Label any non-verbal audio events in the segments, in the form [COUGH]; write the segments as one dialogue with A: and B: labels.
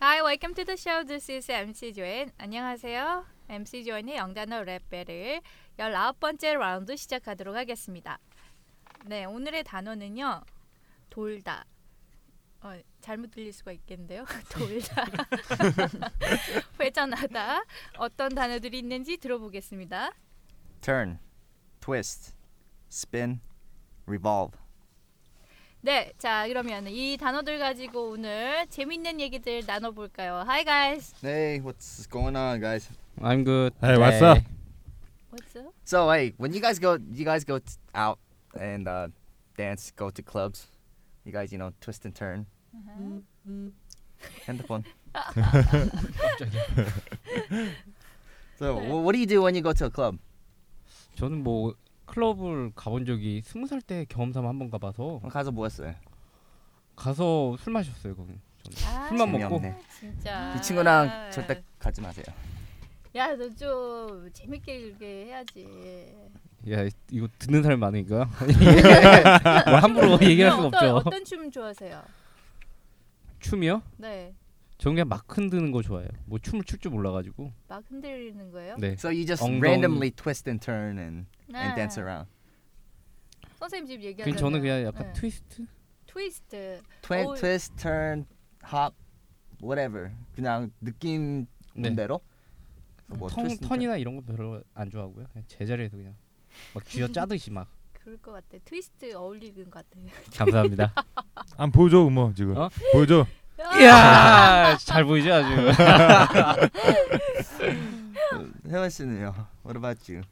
A: Welcome to the show. This is MC 조엔. 안녕하세요. MC 조엔의 영단어 랩벨을 19번째 라운드 시작하도록 하겠습니다. 네, 오늘의 단어는요. 돌다. 어, 잘못 들릴 수가 있겠는데요. [LAUGHS] 돌다. 회전하다. 어떤 단어들이 있는지 들어보겠습니다.
B: turn, twist, spin, revolve.
A: 네, 자 그러면 이 단어들 가지고 오늘 재밌는 얘기들 나눠볼까요? Hi guys,
B: Hey, what's going on, guys?
C: I'm good. 네.
D: Hey, what's up?
A: what's up?
B: So, hey, when you guys go, you guys go t- out and uh, dance, go to clubs. You guys, you know, twist and turn. Mm-hmm. [LAUGHS] 핸드폰. so, wh- what do you do when you go to a club?
C: 저는 뭐 클럽을 가본 적이 스무 살 때 경험삼아 한번 가봐서
B: 그럼 가서 뭐 했어요?
C: 가서 술 마셨어요. 거기.
A: 아,
C: 술만 먹- 먹고.
B: 재미없네.
A: 진짜
B: 이 친구랑 절대 가지 마세요. [LAUGHS]
A: 야너 좀 재밌게 읽게 해야지.
C: 야 이거 듣는 사람 많으니까
D: [LAUGHS]
C: 뭐 함부로 얘기할
A: 그럼
C: 수가
A: 네. 어떤,
C: 없죠.
A: 어떤 춤 좋아하세요?
C: 춤이요?
A: 네,
C: 저는 그냥 막 흔드는 거 좋아해요. 뭐 춤을 출 줄 몰라가지고.
A: 막 흔들리는 거예요?
C: 네.
B: So you just
C: 엉덩이.
B: randomly twist and turn and,
A: 아,
B: and dance around.
A: 선생님 집 얘기하는.
C: 그냥 그러니까 저는
A: 네.
C: 그냥 약간 트위스트.
A: 트위스트.
B: Twin,
A: Oh.
B: twist, turn, hop, whatever. 그냥 느낌
C: 네.
B: 대로. 뭐
C: 턴,
B: twist and turn.
C: 턴이나 이런 거 별로 안 좋아하고요. 그냥 제자리에서 그냥 막
A: [LAUGHS]
C: 쥐어 짜듯이 막.
A: 그럴 것 같아. 트위스트 어울리는 것
B: [LAUGHS]
A: 같아. [LAUGHS]
C: 감사합니다.
D: 안 아, 보여줘 음어 지금
C: 어?
D: 보여줘
C: 이야 잘 보이죠 아주.
B: 혜원 씨는요? [LAUGHS] What about you?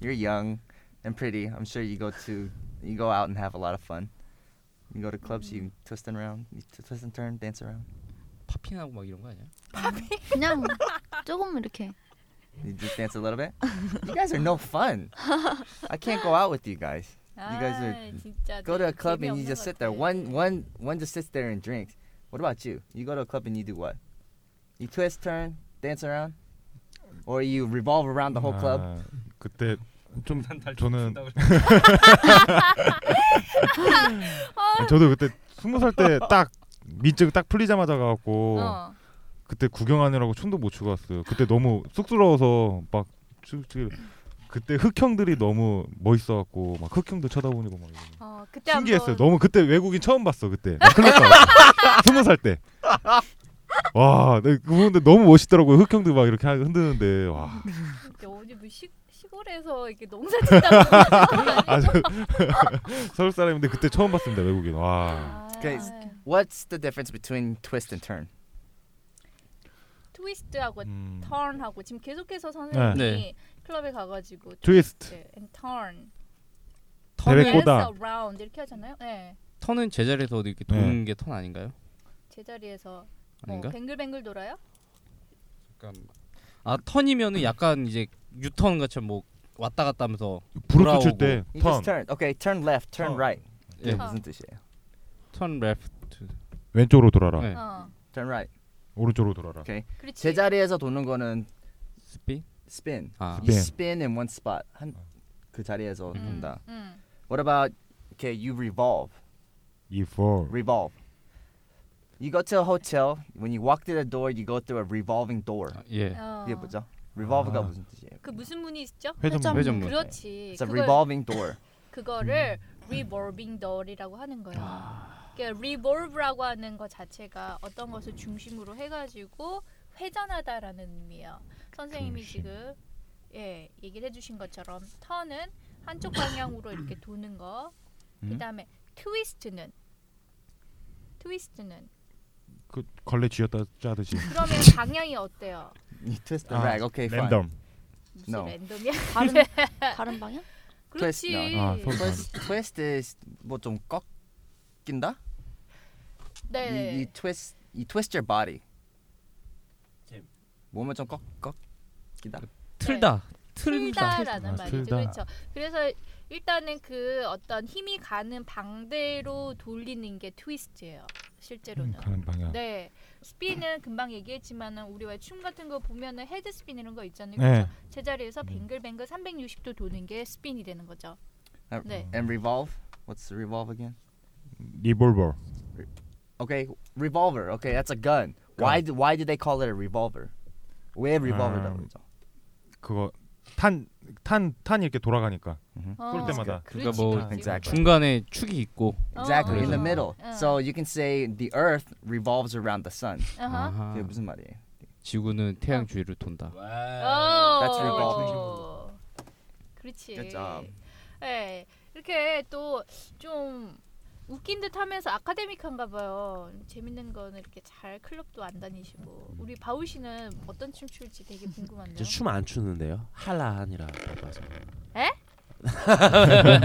B: You're young and pretty. I'm sure you go to you go out and have a lot of fun. You go to clubs, you
C: Mm.
B: twist and round, you t- twist and turn, dance around.
C: 팝핑하고 막 이런 거 아니야?
E: 그냥 조금 이렇게
B: You just dance a little bit. You guys are no
C: [LAUGHS]
B: fun. I can't go out with you guys. You guys are-
A: 아, 진짜
B: Go to a club and you
A: 재미없는
B: just sit
A: 것
B: there.
A: 같아.
B: One one one just sits there and drinks. What about you? You go to a club and you do what? You twist, turn, dance around, or you revolve around the whole club.
D: 아, 그때 좀 저는 아, 저도 그때 스무 살 때 딱 민증 딱 풀리자마자 가갖고
A: 어.
D: 그때 구경하느라고 춤도 못 추고 왔어요. 그때 너무 쑥스러워서 막 추, 추, 그때 흑형들이 너무 멋있어갖고 막 흑형들 쳐다보니고 막 이러고.
A: 어, 그때
D: 신기했어요.
A: 한번
D: 너무 그때 외국인 처음 봤어 그때 나 클럽가서 [LAUGHS] 스무 살 때. 와, 네, 그분들 너무 멋있더라고요. 흑형들 막 이렇게 하- 흔드는데 와.
A: 그때 어디 뭐 시, 시골에서 이렇게 농사
B: [LAUGHS]
A: 짓다고.
D: 아, 저, [LAUGHS] 서울 사람인데 그때 처음 봤습니다 외국인. 와.
B: Okay, s-
A: 아,
B: What's the difference between twist and turn?
A: 트위스트하고
D: 음,
A: 턴하고 지금 계속해서 선생님이
C: 네.
A: 클럽에 가가지고
D: 트위스트.
A: 트위스트 and turn,
D: 대회
C: 턴은
D: 꼬다.
A: dance around 이렇게 하잖아요. 네.
C: 턴은 제자리에서
D: 네.
C: 이렇게 도는 게 턴 아닌가요?
A: 제자리에서 뭐
C: 아닌가?
A: 뱅글뱅글 돌아요?
C: 약간 아 턴이면은 약간 이제 유턴 같이 뭐 왔다 갔다 하면서
D: 브루스 칠때
C: 돌아오고.
B: You
D: 턴.
B: just turn. Okay, turn left, turn
D: Turn.
B: right.
C: 예.
A: 턴.
B: 무슨 뜻이에요?
C: 턴 레프트
D: 왼쪽으로 돌아라.
C: 네.
A: 어.
B: Turn right.
D: 오른쪽으로 돌아라.
A: 그렇지.
B: 제자리에서 도는 거는
C: 스피
B: spin.
C: 아
B: You
D: 네.
B: spin in one spot. 한 그 자리에서
A: 음,
B: 돈다.
A: 음.
B: What about okay, you revolve.
D: 이포.
B: Revolve. You go to a hotel, when you walk through the door, you go through a revolving door.
C: 아, 예
A: 어.
B: 네. 이게 뭐죠? revolve가
D: 아.
B: 무슨 뜻이에요?
A: 그 무슨 문이 있죠?
D: 회전문.
C: 회전문.
A: 그렇지.
B: It's a
A: 그걸-
B: revolving door. [LAUGHS]
A: 그거를
D: 음.
A: revolving door이라고 하는 거예요.
D: 아.
A: 그러니까 revolve라고 하는 것 자체가 어떤 것을 중심으로 해가지고 회전하다라는 의미예요. 선생님이
D: 중심.
A: 지금 예 얘기를 해주신 것처럼 턴은 한쪽 방향으로
D: [CLEARS THROAT]
A: 이렇게 도는 거.
B: 음?
A: 그다음에 트위스트는 트위스트는
D: 그 걸레 쥐었다 짜듯이. [CLEARS THROAT] 아,
A: 그러면 방향이 어때요?
B: You twist Ah, the rag. Okay, 아, fine.
D: 랜덤.
A: 무슨
B: No.
A: 랜덤이야?
E: 다른 다른 방향?
B: 트위스트.
A: [LAUGHS] 그렇지.
D: 아, 서울
B: Twist, twist is 뭐좀 꺾인다? You, you
A: 네.
B: twist, you twist your body. 몸을 좀 꺾, 꺾이다.
C: 틀다 틀다
A: 틀다라는
D: 아,
A: 말이죠.
D: 틀다.
A: 그렇죠. 그래서 일단은 그 어떤 힘이 가는 방대로 돌리는 게 트위스트예요.
C: 음,
A: 실제로는.
D: 가는 방향.
A: 네. 스피는 금방 얘기했지만은 우리가 춤 같은 거 보면은 헤드 스핀 이런 거 있잖아요.
D: 네.
A: 그렇죠?
C: 음.
A: 제자리에서 뱅글뱅글 360도 도는 게 스핀이 되는 거죠.
B: 아,
A: 네.
B: And revolve? What's revolve again?
D: 리볼버.
B: Okay, revolver. Okay, that's a gun. Um, Why do, why did they call it a revolver? 왜
D: 음.
B: revolver라고 그러죠?
D: 그거 탄 탄 탄 이렇게 돌아가니까
A: 어.
D: 쏠 때마다.
C: 그러니까 뭐
B: exactly.
C: 중간에 축이 있고
B: Exactly
A: Oh.
B: in the
D: 어.
B: middle.
A: 어.
B: So you can say the Earth revolves around the sun.
A: 어허.
C: 아하,
B: 그게 무슨 말이에요?
C: 지구는 태양 주위를 돈다.
F: 네,
B: That's revolving.
A: 오. 어. 그렇지.
B: Good job.
A: 네, 이렇게 또 좀 웃긴 듯하면서 아카데믹한가 봐요. 재밌는 거는 이렇게 잘 클럽도 안 다니시고 우리 바울 씨는 어떤 춤 출지 되게 궁금한데요.
F: 저 춤 안 추는데요. 할라한이라 바빠서.
C: [LAUGHS]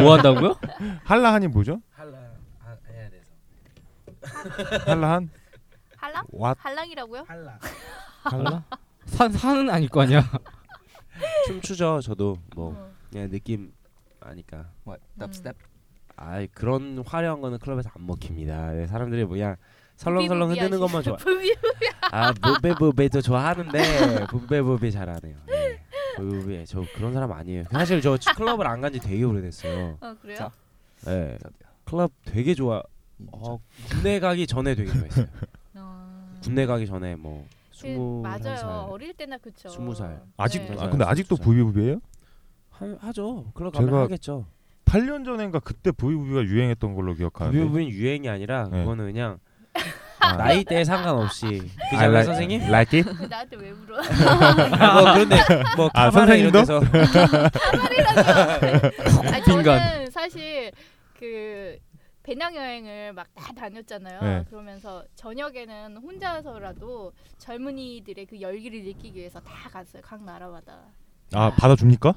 C: 뭐 한다고요?
D: 한라한이 뭐죠?
F: 할라 아, 해야 돼서.
D: [LAUGHS] 한라한
A: 할랑?
D: 왓
A: 할랑이라고요?
F: 할라.
C: 갈라? 산 산은 아닐 거 아니야.
A: 네.
F: 춤 추죠. 저도 뭐
A: 어.
F: 그냥 느낌 아니까.
B: What dubstep?
A: Mm.
F: 아 그런 화려한 거는 클럽에서 안 먹힙니다. 네, 사람들이 뭐야 설렁설렁 흔드는 것만 좋아.
A: 부비-
F: 아 부베부베도 좋아하는데 부베부베 잘하네요. 네. 부베부베 저 그런 사람 아니에요. 사실 저 클럽을 안 간 지 되게 오래됐어요.
A: 어 그래요?
B: 자.
F: 네. 클럽 되게 좋아. 어, 군대 가기 전에 되게 좋아했어요.
A: 어.
F: 군대 가기 전에 뭐
A: 그,
F: 스무
A: 맞아요.
F: 살
A: 어릴 때나 그쵸.
F: 스무 살.
D: 아직
A: 네.
D: 아 근데 아직도
F: 진짜.
D: 부비부비예요?
F: 하- 하죠. 클럽 가면
D: 제가
F: 하겠죠.
D: 8년 전인가 그때 부비부비가 유행했던 걸로 기억하는데.
F: 그 부부는 유행이 아니라
D: 네.
F: 그거는 그냥
D: 아.
F: 나이대에 상관없이
D: 아,
F: 그잖아요
D: like-
F: 선생님.
D: like it?
A: 그 나한테 왜 물어?
C: 아,
F: 뭐 그런데
C: [LAUGHS]
F: 뭐
D: 아,
F: 카바레 이런
D: 선생님도?
F: 데서
A: 아니,
C: 빈간.
A: 저는 사실 그 배낭 여행을 막 다 다녔잖아요.
D: 네.
A: 그러면서 저녁에는 혼자서라도 젊은이들의 그 열기를 느끼기 위해서 다 갔어요. 각 나라마다.
D: 아 받아줍니까?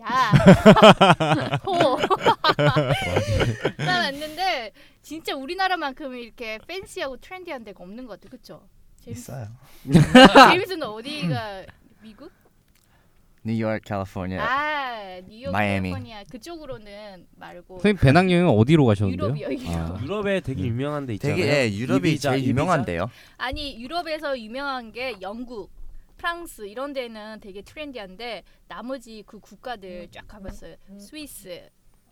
A: 야, [LAUGHS] 호. 난 왔는데 진짜 우리나라만큼 이렇게 팬시하고 트렌디한 데가 없는 것 같아. 그렇죠? 제임스,
B: 있어요.
A: 제임스는 어디가 미국?
B: New York, California.
A: 아, 뉴욕,
B: 네. 마이애미.
A: 캘리포니아 그쪽으로는 말고
C: 선생님 배낭 여행 어디로 가셨는데요?
A: 유럽이요, 유럽.
C: 아.
F: [LAUGHS] 유럽에 되게 유명한 데 있잖아요.
B: 되게 예, 유럽이
F: 이비자,
B: 제일
F: 이비자?
B: 유명한데요.
A: 아니 유럽에서 유명한 게 영국, 프랑스 이런 데는 되게 트렌디한데 나머지 그 국가들 쫙 가봤어요. 스위스,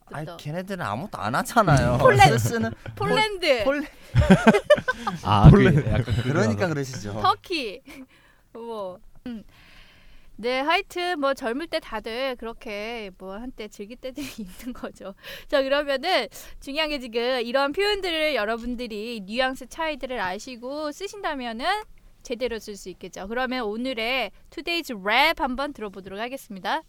B: 아
A: 부터
B: 걔네들은 아무것도 안 [LAUGHS] 하잖아요.
A: 폴란드.
B: 스스는
A: 폴란드,
B: 폴
C: 아, 그 약간
B: 그러니까 그러시죠.
A: 터키. [LAUGHS] 뭐. 음. 네, 하여튼 뭐 젊을 때 다들 그렇게 뭐 한때 즐길 때들이 [LAUGHS] 있는 거죠. 자, 그러면은 중요한 게 지금 이런 표현들을 여러분들이 뉘앙스 차이들을 아시고 쓰신다면은 제대로 쓸 수 있겠죠. 그러면 오늘의 투데이즈 랩 한번 들어보도록 하겠습니다.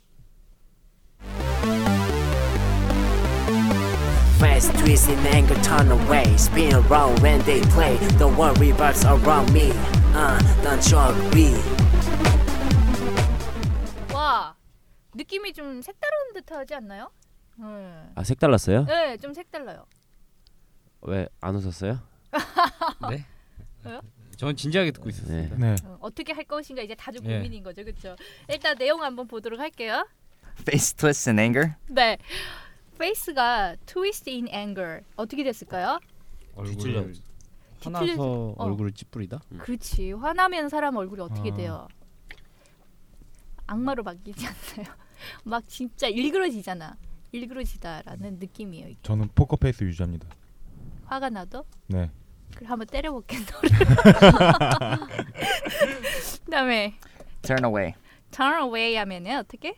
G: Fast twist and anger turn away. Spin around when they play. The world revolves around me. Uh, don't jog me.
A: 와 느낌이 좀 색다른 듯하지 않나요? 네,
F: 아 색달랐어요?
A: 네, 좀 색달라요.
F: 왜 안 웃었어요?
C: 전 진지하게 듣고 있었습니다.
F: 네.
D: 네.
A: 어, 어떻게 할 것인가 이제 다들
C: 예.
A: 고민인 거죠, 그렇죠? 일단 내용 한번 보도록 할게요.
B: Face twists in anger.
A: 네, 페이스가 twist in anger 어떻게 됐을까요?
C: 네. 얼굴
A: 뒤틀려서-
C: 화나서 얼굴을 찌푸리다.
A: 그렇지, 화나면 사람 얼굴이 어떻게 돼요? 악마로 바뀌지 않나요? [LAUGHS] 막 진짜 일그러지잖아. 일그러지다라는 느낌이에요. 이게.
D: 저는 포커페이스 유지합니다.
A: 화가 나도
D: 네.
A: 그럼 한번 때려볼게 너를. [LAUGHS] 그다음에
B: Turn away.
A: turn away 하면은 어떻게?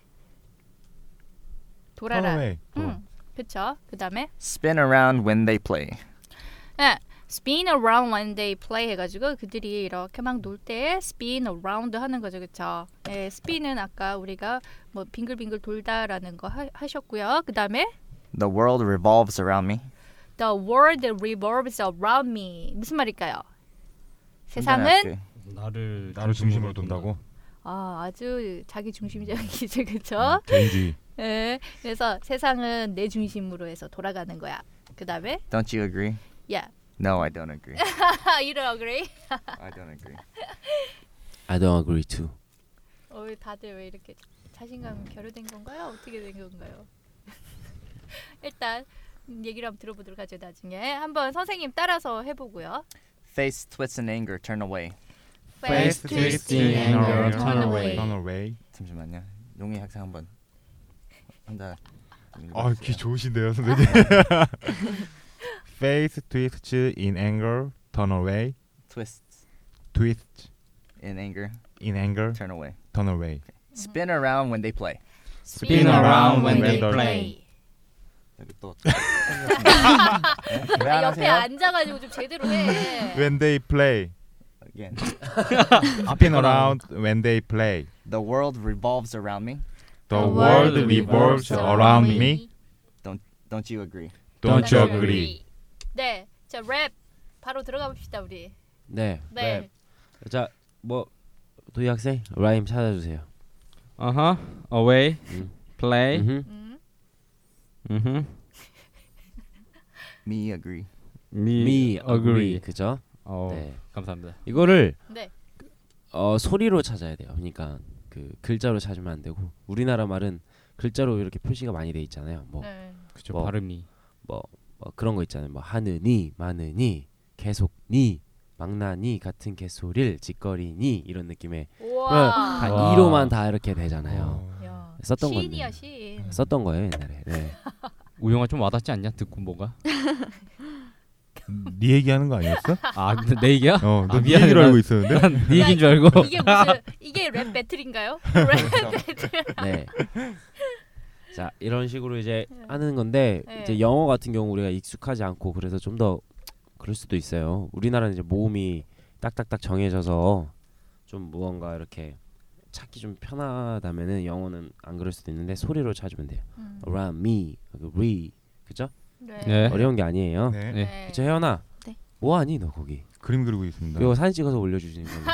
A: 돌아라.
D: 처음에
A: 응. 그쵸. 그 다음에
B: Spin around when they play.
A: spin around when they play 해가지고 그들이 이렇게 막 놀 때 spin around 하는 거죠. 그쵸. 예, spin은 아까 우리가 뭐 빙글빙글 돌다라는 거 하, 하셨고요. 그 다음에
B: The world revolves around me.
A: the world revolves around me. 무슨 말일까요? 세상은
B: 할게요.
C: 나를
D: 나를 중심으로 돈다고
A: 아, 아주 자기
B: 음,
A: 중심적이죠. 그쵸.
D: 개인주의.
A: 예, 그래서 세상은 내 중심으로 해서 돌아가는 거야. 그 다음에 [LAUGHS]
B: Don't you agree?
A: Yeah.
B: No, I don't
A: [LAUGHS]
B: agree.
A: 이런 agree.
B: I don't agree.
F: I don't agree too.
A: 어, 왜 다들 왜 이렇게 자신감 결여된 건가요? 어떻게 된 건가요? [LAUGHS] 일단 얘기를 한번 들어보도록 하죠. 나중에 한번 선생님 따라서 해보고요.
B: Face twists in anger. Turn away.
A: Face
C: twisting anger, turn away.
D: Turn away.
B: 잠시만요. 용이 학생 한번 혼자.
D: 아, 귀 좋으신데요, [LAUGHS] 선생님. Face twist in anger, turn away,
B: Twists.
D: twist
B: in anger,
D: in anger,
B: turn away.
D: turn away.
B: Spin around when they play.
D: Spin around when they
C: play.
D: [LAUGHS]
A: 아,
B: 네? 왜안
A: 옆에
B: 하세요?
A: 앉아가지고 좀 제대로 해.
D: When they play,
B: Again.
D: spin around when they play.
B: The world revolves around me.
D: The world revolves around me.
B: Don't you agree?
D: Don't you agree?
A: 네, 자 랩 바로 들어가 봅시다 우리.
F: 네.
A: 네.
F: 자 뭐 도희 학생 라임 찾아주세요.
C: 아하. Uh-huh. away.
F: 음.
C: play. Mm-hmm.
F: 음흠.
A: 음.
C: 음흠.
B: Me agree.
C: me,
F: Me
C: agree.
F: agree. 그죠?
C: 어.
F: 네.
C: 감사합니다.
F: 이거를
A: 네.
F: 어 소리로 찾아야 돼요. 그러니까 그 글자로 찾으면 안 되고 우리나라 말은 글자로 이렇게 표시가 많이 돼 있잖아요. 뭐
A: 네.
C: 그죠.
F: 뭐.
C: 발음이.
F: 뭐, 뭐 그런 거 있잖아요. 뭐 하느니 마느니 계속니 망나니 같은 개소리를 짓거리니 이런 느낌의
A: 우와.
F: 다
C: 와.
F: 이로만 다 이렇게
D: 어.
F: 되잖아요.
A: 야,
F: 썼던 건데.
A: 시인이야 시인.
F: 썼던 거예요 옛날에. 네.
C: 우영아 좀 와닿지 않냐? 듣고 뭔가.
D: 네 얘기하는 거 [LAUGHS] 아니었어?
C: [LAUGHS] 아, 근데 내 얘기야?
D: 어,
C: 아,
D: 너 네
C: 미안해라.
D: 얘기를 알고 있었는데.
C: 난 네 얘기인 줄 알고. [LAUGHS]
A: 이게 무슨 이게 랩 배틀인가요? 랩 배틀.
F: 네. [LAUGHS] 자 이런 식으로 이제 하는 건데
A: 네.
F: 이제 영어 같은 경우 우리가 익숙하지 않고 그래서 좀 더 그럴 수도 있어요. 우리나라는 이제 모음이 딱딱딱 정해져서 좀 무언가 이렇게 찾기 좀 편하다면은 영어는 안 그럴 수도 있는데 소리로 찾으면 돼요.
A: 음.
F: around me, re, 그죠?
A: 네.
C: 네.
F: 어려운 게 아니에요.
D: 네.
C: 네.
F: 그쵸 혜연아?
E: 네.
F: 뭐하니 너 거기?
D: 그림 그리고 있습니다.
F: 이거 사진 찍어서 올려주시는 거예요.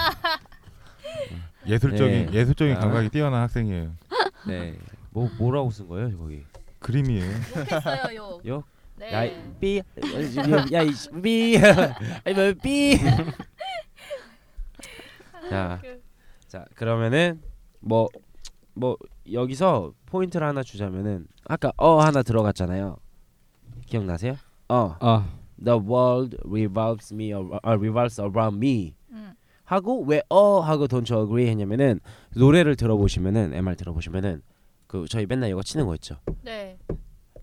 D: 예술적인
F: 네.
D: 예술적인
F: 아.
D: 감각이 뛰어난 학생이에요.
F: 네. 뭐 뭐라고 쓴 거예요 거기?
D: 그림이에요.
A: 욕했어요 욕.
F: 욕?
A: 네.
F: 야이 삐, 야이 삐, 아니 뭐 삐. [LAUGHS] 아, 자,
A: 그-
F: 자 그러면은 뭐 뭐 여기서 포인트를 하나 주자면은 아까 어 하나 들어갔잖아요. 기억나세요? 어,
C: 아,
F: the world revolves me, ar- uh, revolves around me.
A: 음.
F: 하고 왜 어 하고 don't you agree 했냐면은 노래를 들어보시면은 MR 들어보시면은 그 저희 맨날 이거 치는 거 있죠.
A: 네.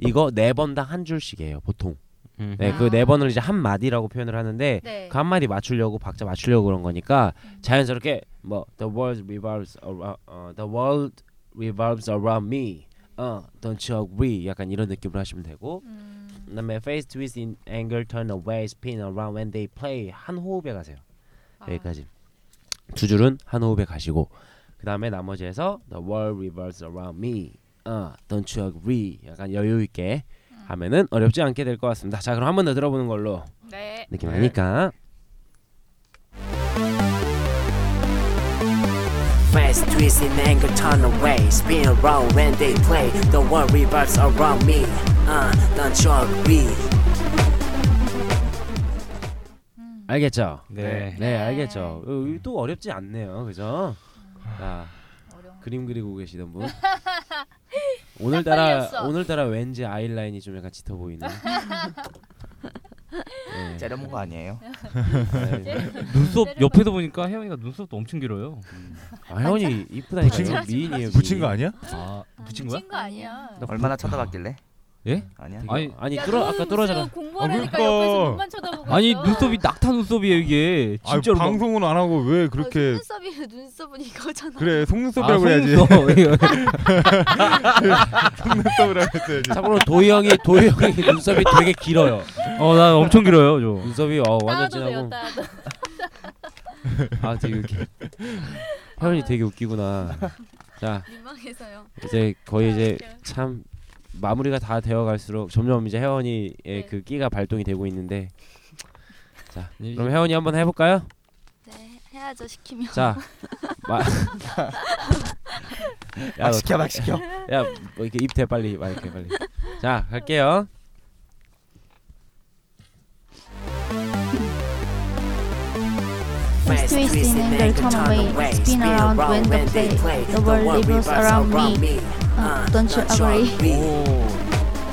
F: 이거 네 번당 한 줄씩이에요 보통.
C: 음.
F: 네 그 네 번을 이제 한 마디라고 표현을 하는데
A: 네. 음.
F: 그 한 마디 맞추려고 박자 맞추려고 그런 거니까 자연스럽게 뭐 the world revolves around 어, the world revolves around me. 어 don't you agree 약간 이런 느낌으로 하시면 되고
A: 음.
F: 그다음에 face twist in anger turn away spin around when they play 한 호흡에 가세요.
A: 아.
F: 여기까지 두 줄은 한 호흡에 가시고 그 다음에 나머지에서 the world revolves around me 어, don't you agree 약간 여유 있게
A: 음.
F: 하면은 어렵지 않게 될 것 같습니다 자 그럼 한 번 더 들어보는 걸로
A: 네.
F: 느낌 아니까
G: Fast twist in anger, turn away. Spin around when they play. The world revolves around me. Uh, don't you agree?
F: 알겠죠
C: 네.
F: 네 알겠죠 어,
D: 음.
F: 이거 또 어렵지 않네요 그죠 자
A: 어려운.
F: 그림 그리고
A: [LAUGHS]
F: 계시던 분 오늘따라
A: 걸렸어.
F: 오늘따라 왠지 아이라인이 좀 약간 짙어
A: [LAUGHS]
F: 보이는 네.
B: 째려본 거 아니에요?
F: 네.
C: 눈썹 옆에서 보니까 혜영이가 눈썹도 엄청 길어요.
F: 아 혜원이 이쁘다니까
D: 붙인-
F: 미인이에요
D: 붙인
F: 미인.
D: 거 아니야?
C: 아, 붙인 거야?
A: 미친 거 아니야.
B: 얼마나 쳐다봤길래?
C: 예?
B: 아니야.
C: 아니,
F: 네, 아니
A: 야,
F: 뚫어
A: 너는
F: 아까
A: 무슨
F: 뚫어잖아.
A: 공부하니까
D: 아, 그러니까.
A: 옆에서 눈만 쳐다보고
C: 아니
A: 있어.
C: 눈썹이 낙타 눈썹이에요 이게.
D: 아,
C: 진짜로. 막-
D: 방송은 안 하고 왜 그렇게
E: 눈썹이 눈썹은 이거잖아.
D: 그래 속눈썹이라고 해야지. [LAUGHS]
C: 속눈썹. [LAUGHS]
D: 속눈썹이라고 했어야지.
F: 참고로 도희 형이 도희 형이 눈썹이 되게
A: [LAUGHS]
F: 길어요.
C: 어, 나 엄청 길어요, 저.
F: 눈썹이 어 완전
A: 따도 돼요
F: 진하고
A: 따도.
F: 아 되게 웃기. 혜원이 되게 웃기구나. 자
E: 민망해서요.
F: 이제 거의 이제 참 마무리가 다 되어갈수록 점점 이제 혜원이의
A: 네.
F: 그 끼가 발동이 되고 있는데. 자
C: 이-
F: 그럼 혜원이 한번 해볼까요?
E: 네 해야죠 시키면.
F: 자 마. 야,
D: 아,
B: 막
F: 너
B: 아, 시켜 막 시켜.
F: 야, 뭐 이렇게 입대 빨리, 막 이렇게 빨리. 자, 갈게요.
G: Fast twist in anger, turn away. Spin around when they play. The world revolves around me. Uh,
E: don't you agree?
B: 오,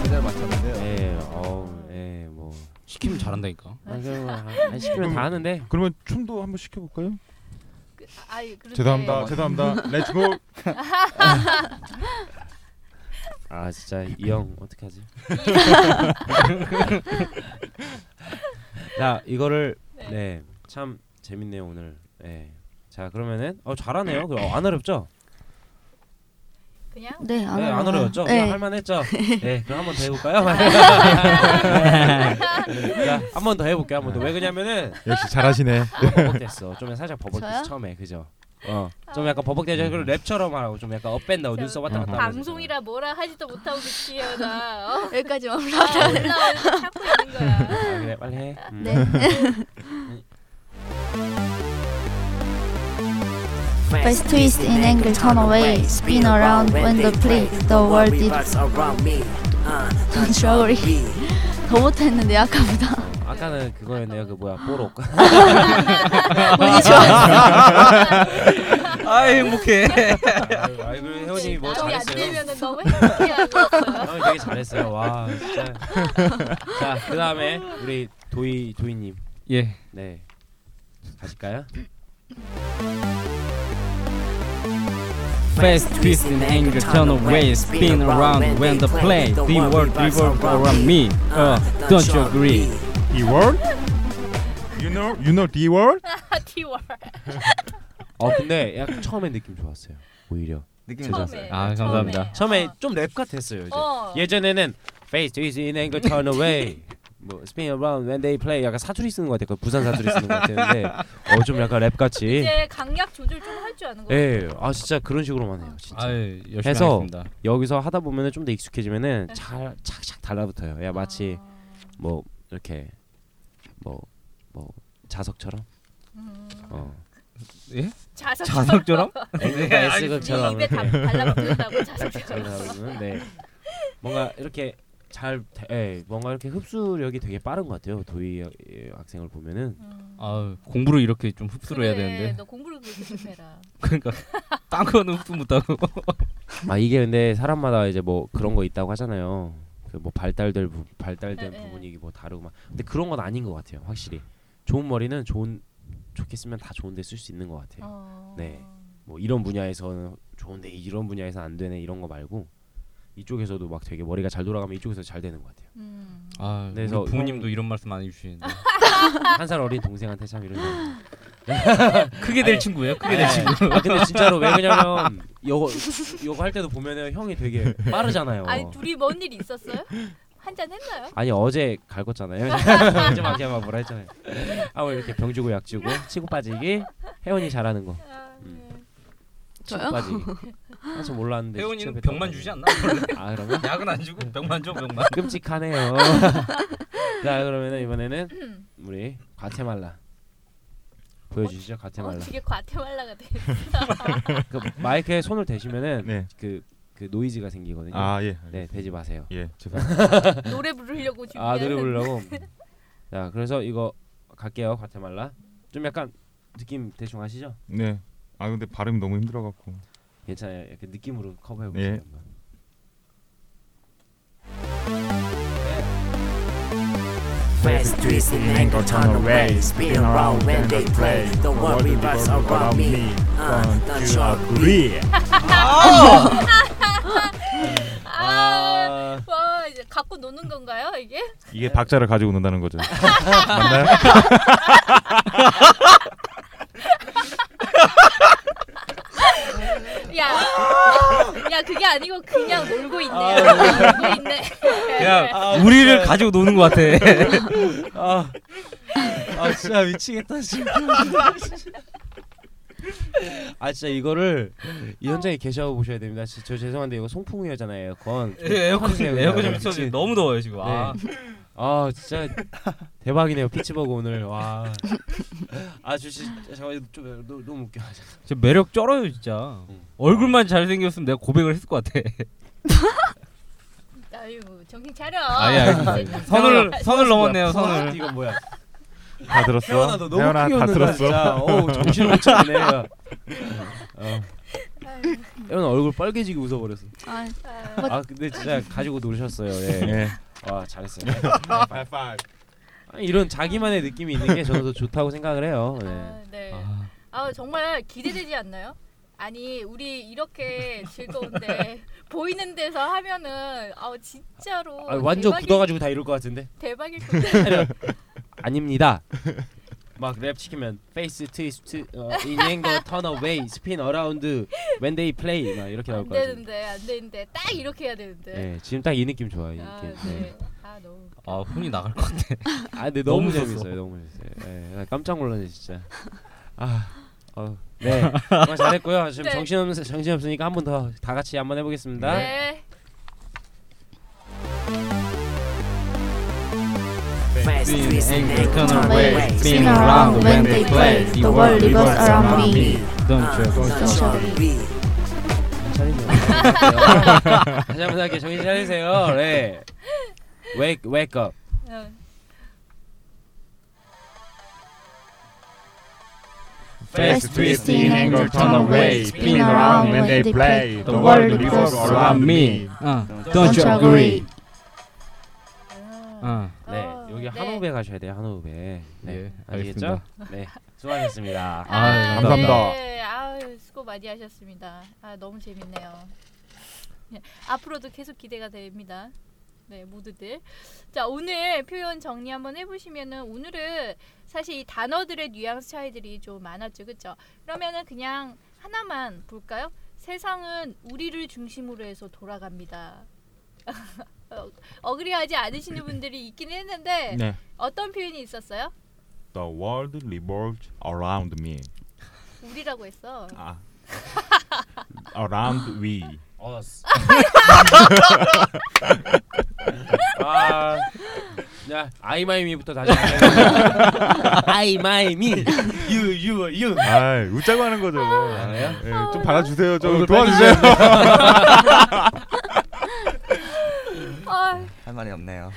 B: 제대로 맞췄는데요.
F: 예, 어우, 예, 뭐.
C: 시키면 잘한다니까.
F: 아, 그럼 뭐, 아, 시키면 다 하는데.
D: 그러면 춤도 한번 시켜 볼까요?
E: 네.
A: 그- 아이 그런데
D: 죄송합니다. 죄송합니다. 렛츠고.
F: 아, 진짜 이 형 어떻게 [LAUGHS] 하지? 자, 이거를 네, 참 네, 재밌네요 오늘. 예. 자 그러면은 어 잘하네요. 그럼 안 어렵죠?
A: 그냥
E: 네, 안,
F: 네, 안
E: 어려워요.
F: 어려웠죠? 그냥
E: 네.
F: 할만했죠? 네, 그럼 한번 더 해볼까요?
E: [LAUGHS]
F: 한번 더 해볼게요. 한번 더. 왜 그러냐면은
D: 역시 잘하시네.
F: 버벅댔어. 좀 살짝 버벅댔어
E: 저요? 아.
F: 처음에 그죠? 어, 좀 약간 버벅대죠. 그리고 랩처럼 하라고 좀 약간 업밴다고
A: 저
F: 어, 눈썹 왔다 갔다.
E: 그렇죠.
F: 하면서.
A: 방송이라 뭐라 하지도 못하고 미치요
E: [LAUGHS]
A: 나. 어,
E: 여기까지만
A: 나 올라오는 거 참고 있는 거야.
F: 아, 그래 빨리 해. 음.
E: 네.
G: Face twist in angle, turn away, spin around when they play. The world is around me. [LAUGHS] Uh,
E: Don't worry. 더 못했는데 [LAUGHS] 아까보다.
F: 아까는 그거였네요. 그 뭐야 뽀록.
E: 운이 좋았어.
F: 아 행복해. 아이 그래 혜원이 뭐
A: 마음이 안
F: 잘했어요.
A: 들면은 너무 행복해하고.
F: [LAUGHS]
A: [LAUGHS]
F: 혜원이 되게 잘했어요. 와 진짜. 자 그다음에 우리 도희 도희님.
C: 예.
F: 네. 가실까요?
C: Face twist in anger, turn away, spin around when the play. The world revolves around me. Uh, don't you agree?
D: 이 월? E You know, you know the word?
A: 티월.
F: 어 근데 약간 처음에 느낌 좋았어요. 오히려.
B: 느낌이
F: 처음에.
B: 좋았어요.
C: 아, 감사합니다.
F: 처음에 좀 랩 같았어요 이제.
A: 어.
F: 예전에는 Face twist in anger, turn away. 뭐 spin around when they play 약간 사투리 쓰는 것 같아요. 부산 사투리 쓰는 것 같았는데 어 좀 약간 랩 같이.
A: 이제 강약 조절 좀 할 줄 아는 거.
F: 예, 아 진짜 그런 식으로만 해요. 진짜
C: 아, 예, 열심히
F: 해서
C: 하겠습니다.
F: 여기서 하다 보면은 좀 더 익숙해지면은 잘 착착 달라붙어요. 야 마치 뭐 이렇게 뭐 뭐 자석처럼 어
C: 예?
A: 자석.
C: 자석처럼?
F: 앵글과
A: [LAUGHS] 네,
F: S극처럼
A: 입에
F: [LAUGHS]
A: 다 발라붙는다고
F: 잘
A: 자석처럼.
F: 나오는데 네. 뭔가 이렇게 잘 대- 예, 뭔가 이렇게 흡수력이 되게 빠른 것 같아요. 도희 예, 학생을 보면은
C: [LAUGHS] 아, 공부를 이렇게 좀 흡수를 해야
A: 그래,
C: 되는데.
A: 네, 너 공부를 그렇게 좀 해라.
C: [LAUGHS]
F: 예.
C: 그러니까 딴 거는 흡수 못 [LAUGHS] 하고.
F: 아 이게 근데 사람마다 이제 뭐 그런 거 있다고 하잖아요. 그 뭐 발달될 부, 발달된
A: 네, 네.
F: 부분이 뭐 다르고 막 근데 그런 건 아닌 것 같아요. 확실히 좋은 머리는 좋은 좋게 쓰면 다 좋은데 쓸 수 있는 것 같아요.
A: 어.
F: 네. 뭐 이런 분야에서는 좋은데 이런 분야에서 안 되네 이런 거 말고 이쪽에서도 막 되게 머리가 잘 돌아가면 이쪽에서 잘 되는 것 같아요.
A: 음.
C: 아, 우리
F: 그래서
C: 부모님도 이런 말씀 많이 [LAUGHS] 주시는데.
F: 한 살 어린 동생한테 참
C: [LAUGHS]
F: 이런. 거.
C: 크게 될 친구예요. 크게
F: 아,
C: 될 친구.
F: 아, 근데 진짜로 왜 그러냐면 요거 요거 할 때도 보면은 형이 되게 빠르잖아요.
A: 아니 둘이 뭔 일 있었어요? 한 잔 했나요?
F: 아니 어제
A: [LAUGHS]
F: 갈궜잖아요. 이제 막 제가 뭐라 했잖아요. 아뭐 이렇게 병 주고 약 주고 치고 빠지기 혜원이 잘하는 거. 음.
A: 아, 네.
F: 치고
E: 저요?
F: 빠지기.
E: [LAUGHS]
F: 한참 몰랐는데.
C: 혜원이는
F: 직접
C: 병만
F: 했던
C: 주지
F: 거예요.
C: 않나? [LAUGHS]
F: 아 그러면
C: 약은 안 주고 병만 줘 병만.
E: [LAUGHS]
F: 끔찍하네요. 자
A: [CLEARS THROAT]
F: 그러면은 이번에는 우리 과테말라 보여주시죠
A: 어,
F: 과테말라.
A: 되게 과테말라가 돼.
F: 그 마이크에 손을 대시면은
D: 네.
F: 그, 그 노이즈가 생기거든요.
D: 아 예.
F: 네 대지 마세요.
D: 예, 죄송합니다.
A: 노래 부르려고 준비하는. 네.
F: 아 노래
A: [LAUGHS]
F: 부르려고. 자 그래서 이거 갈게요 과테말라. 좀 약간 느낌 대충 아시죠?
D: 네. 아 근데 발음이 너무 힘들어 갖고.
F: 괜찮아요. 이렇게 느낌으로 커버해
D: 예.
F: 보세요. 한번.
G: Face twist in angle, turn away, spin around when they play. The world revolves around me. Uh, don't you agree?
A: 아, 와 이제 갖고 노는 건가요 이게?
D: 이게 박자를 가지고 논다는 거죠. 맞나요?
A: 야, 야 그게 아니고 그냥 놀고 있네.
F: 아,
A: 놀고 있네.
C: 야, 우리를 가지고 노는 것 [LAUGHS] 같아. 아,
F: 아 진짜 미치겠다 진짜. 아 진짜 이거를 이 현장에 계셔 보셔야 됩니다. 진짜 저 죄송한데 이거 송풍이잖아요 에어컨.
C: 예, [LAUGHS] 에어컨
F: 켜주세요,
C: 에어컨 좀
F: 그냥.
C: 켜주세요. 너무 더워요 지금. 아,
F: 아 진짜 대박이네요 피치버그 오늘 와. 아 주시 잠깐 좀 너무, 너무 웃겨.
C: 진짜 매력 쩔어요 진짜. 얼굴만 잘 생겼으면 내가 고백을 했을 것 같아.
A: 아유 정신 차려.
C: 아니, [LAUGHS] 아니,
A: 이제
C: 선을 선을 넘었네요 선을.
F: 이거 뭐야?
D: 다 들었어.
F: 태연아 너 너무
D: 태연아,
F: 크게
D: 다
F: 웃는다 진짜.
D: 들었어.
F: 어 정신을 못
D: [LAUGHS]
F: 차리네. 야. 어. 태연아 얼굴 빨개지게 웃어버렸어.
E: 아,
F: 아 근데 진짜 가지고 노르셨어요. 예.
D: 예.
F: 와 잘했어요. 아, 이런 자기만의 느낌이 있는 게 저는 더 좋다고 생각을 해요. 네.
A: 아, 네.
C: 아,
A: 아 정말 기대되지 않나요? 아니 우리 이렇게 즐거운데 보이는 데서 하면은 아 진짜로
F: 아, 완전
A: 대박일-
F: [LAUGHS] 굳어가지고 다 이럴 것 같은데.
A: 대박일 텐데.
F: 아닙니다. 막 랩 시키면 face twist 어, in anger turn away spin around when they play 막 이렇게 나올
A: 안
F: 것 같은데.
A: 되는데 안 되는데 딱 이렇게 해야 되는데.
F: 예, 지금 딱 이 느낌 좋아요. 이 느낌.
A: 아,
F: 예.
A: 네. 아 너무.
C: 뭐?
H: 아 혼이 나갈 것 같아.
F: 아 근데
H: 너무
F: 너무,
H: 좋았어.
F: 재밌어요. 너무 재밌어요. 예, 나 깜짝 놀랐네 [LAUGHS] 진짜. 아, 어, 네, 정말 잘했고요. 지금
A: 네.
F: 정신 없 정신 없으니까 한 번 더 다 같이 한번 해보겠습니다.
A: 네.
G: Fast twist and
C: anger,
G: turn
C: turn
G: away.
C: away.
G: Spin
C: Spin
G: around
C: around
G: when
C: when
G: they
C: they
G: play.
C: play.
G: The world revolves around me.
C: Don't
G: Uh,
C: you?
G: don't you worry.
F: 차리세요. 다시 한번 할게요. 정신 차리세요. 네. Wake, wake up.
A: 어.
C: Face
E: twisting, anger, turn away.
C: Spin
E: around when they play.
C: The world revolves around me. Uh, don't you agree?
A: 어.
C: 아,
F: 네,
A: 어,
F: 여기
A: 네.
F: 한우배 가셔야 돼요. 한우배. 네,
H: 예,
F: 아시겠죠? 네, 수고하셨습니다.
H: 아, 네,
D: 감사합니다.
A: 네. 아유, 수고 많이 하셨습니다. 아, 너무 재밌네요. 네, 앞으로도 계속 기대가 됩니다. 네, 모두들. 자, 오늘 표현 정리 한번 해보시면은 오늘은 사실 이 단어들의 뉘앙스 차이들이 좀 많았죠, 그렇죠? 그러면은 그냥 하나만 볼까요? 세상은 우리를 중심으로 해서 돌아갑니다. [LAUGHS] 어, 어그리하지 않으시는 분들이 있긴 했는데
D: 네.
A: 어떤 표현이 있었어요?
D: The world revolves around me.
A: 우리라고 했어.
D: 아. around we.
F: 어스. [LAUGHS] 아, 야, 아이마이미부터 [LAUGHS] 다시. 아이마이미. You, you, you.
D: 아, 웃자고 하는 거죠.
F: 알아요?
D: 예, 좀 받아주세요. 좀
F: 얼굴
D: 도와주세요. [LAUGHS]
A: 아,
B: 할 말이 없네요.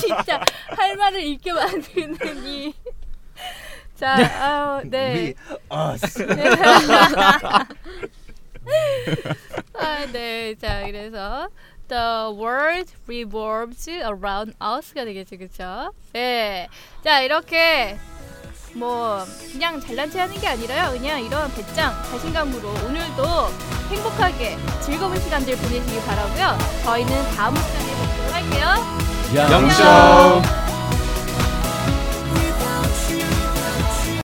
A: 진짜 할 말을 잃게 만드는 이. 자, 아우, 네.
B: We us.
A: 아, 네. 자, 그래서 The world revolves around us가 되겠죠, 그렇죠? 네. 자, 이렇게 뭐 그냥 잘난 체하는 게 아니라요. 그냥 이런 배짱 자신감으로 오늘도 행복하게 즐거운 시간들 보내시길 바라고요. 저희는 다음 시간에 뵙도록 할게요.
F: 야.
A: 안녕.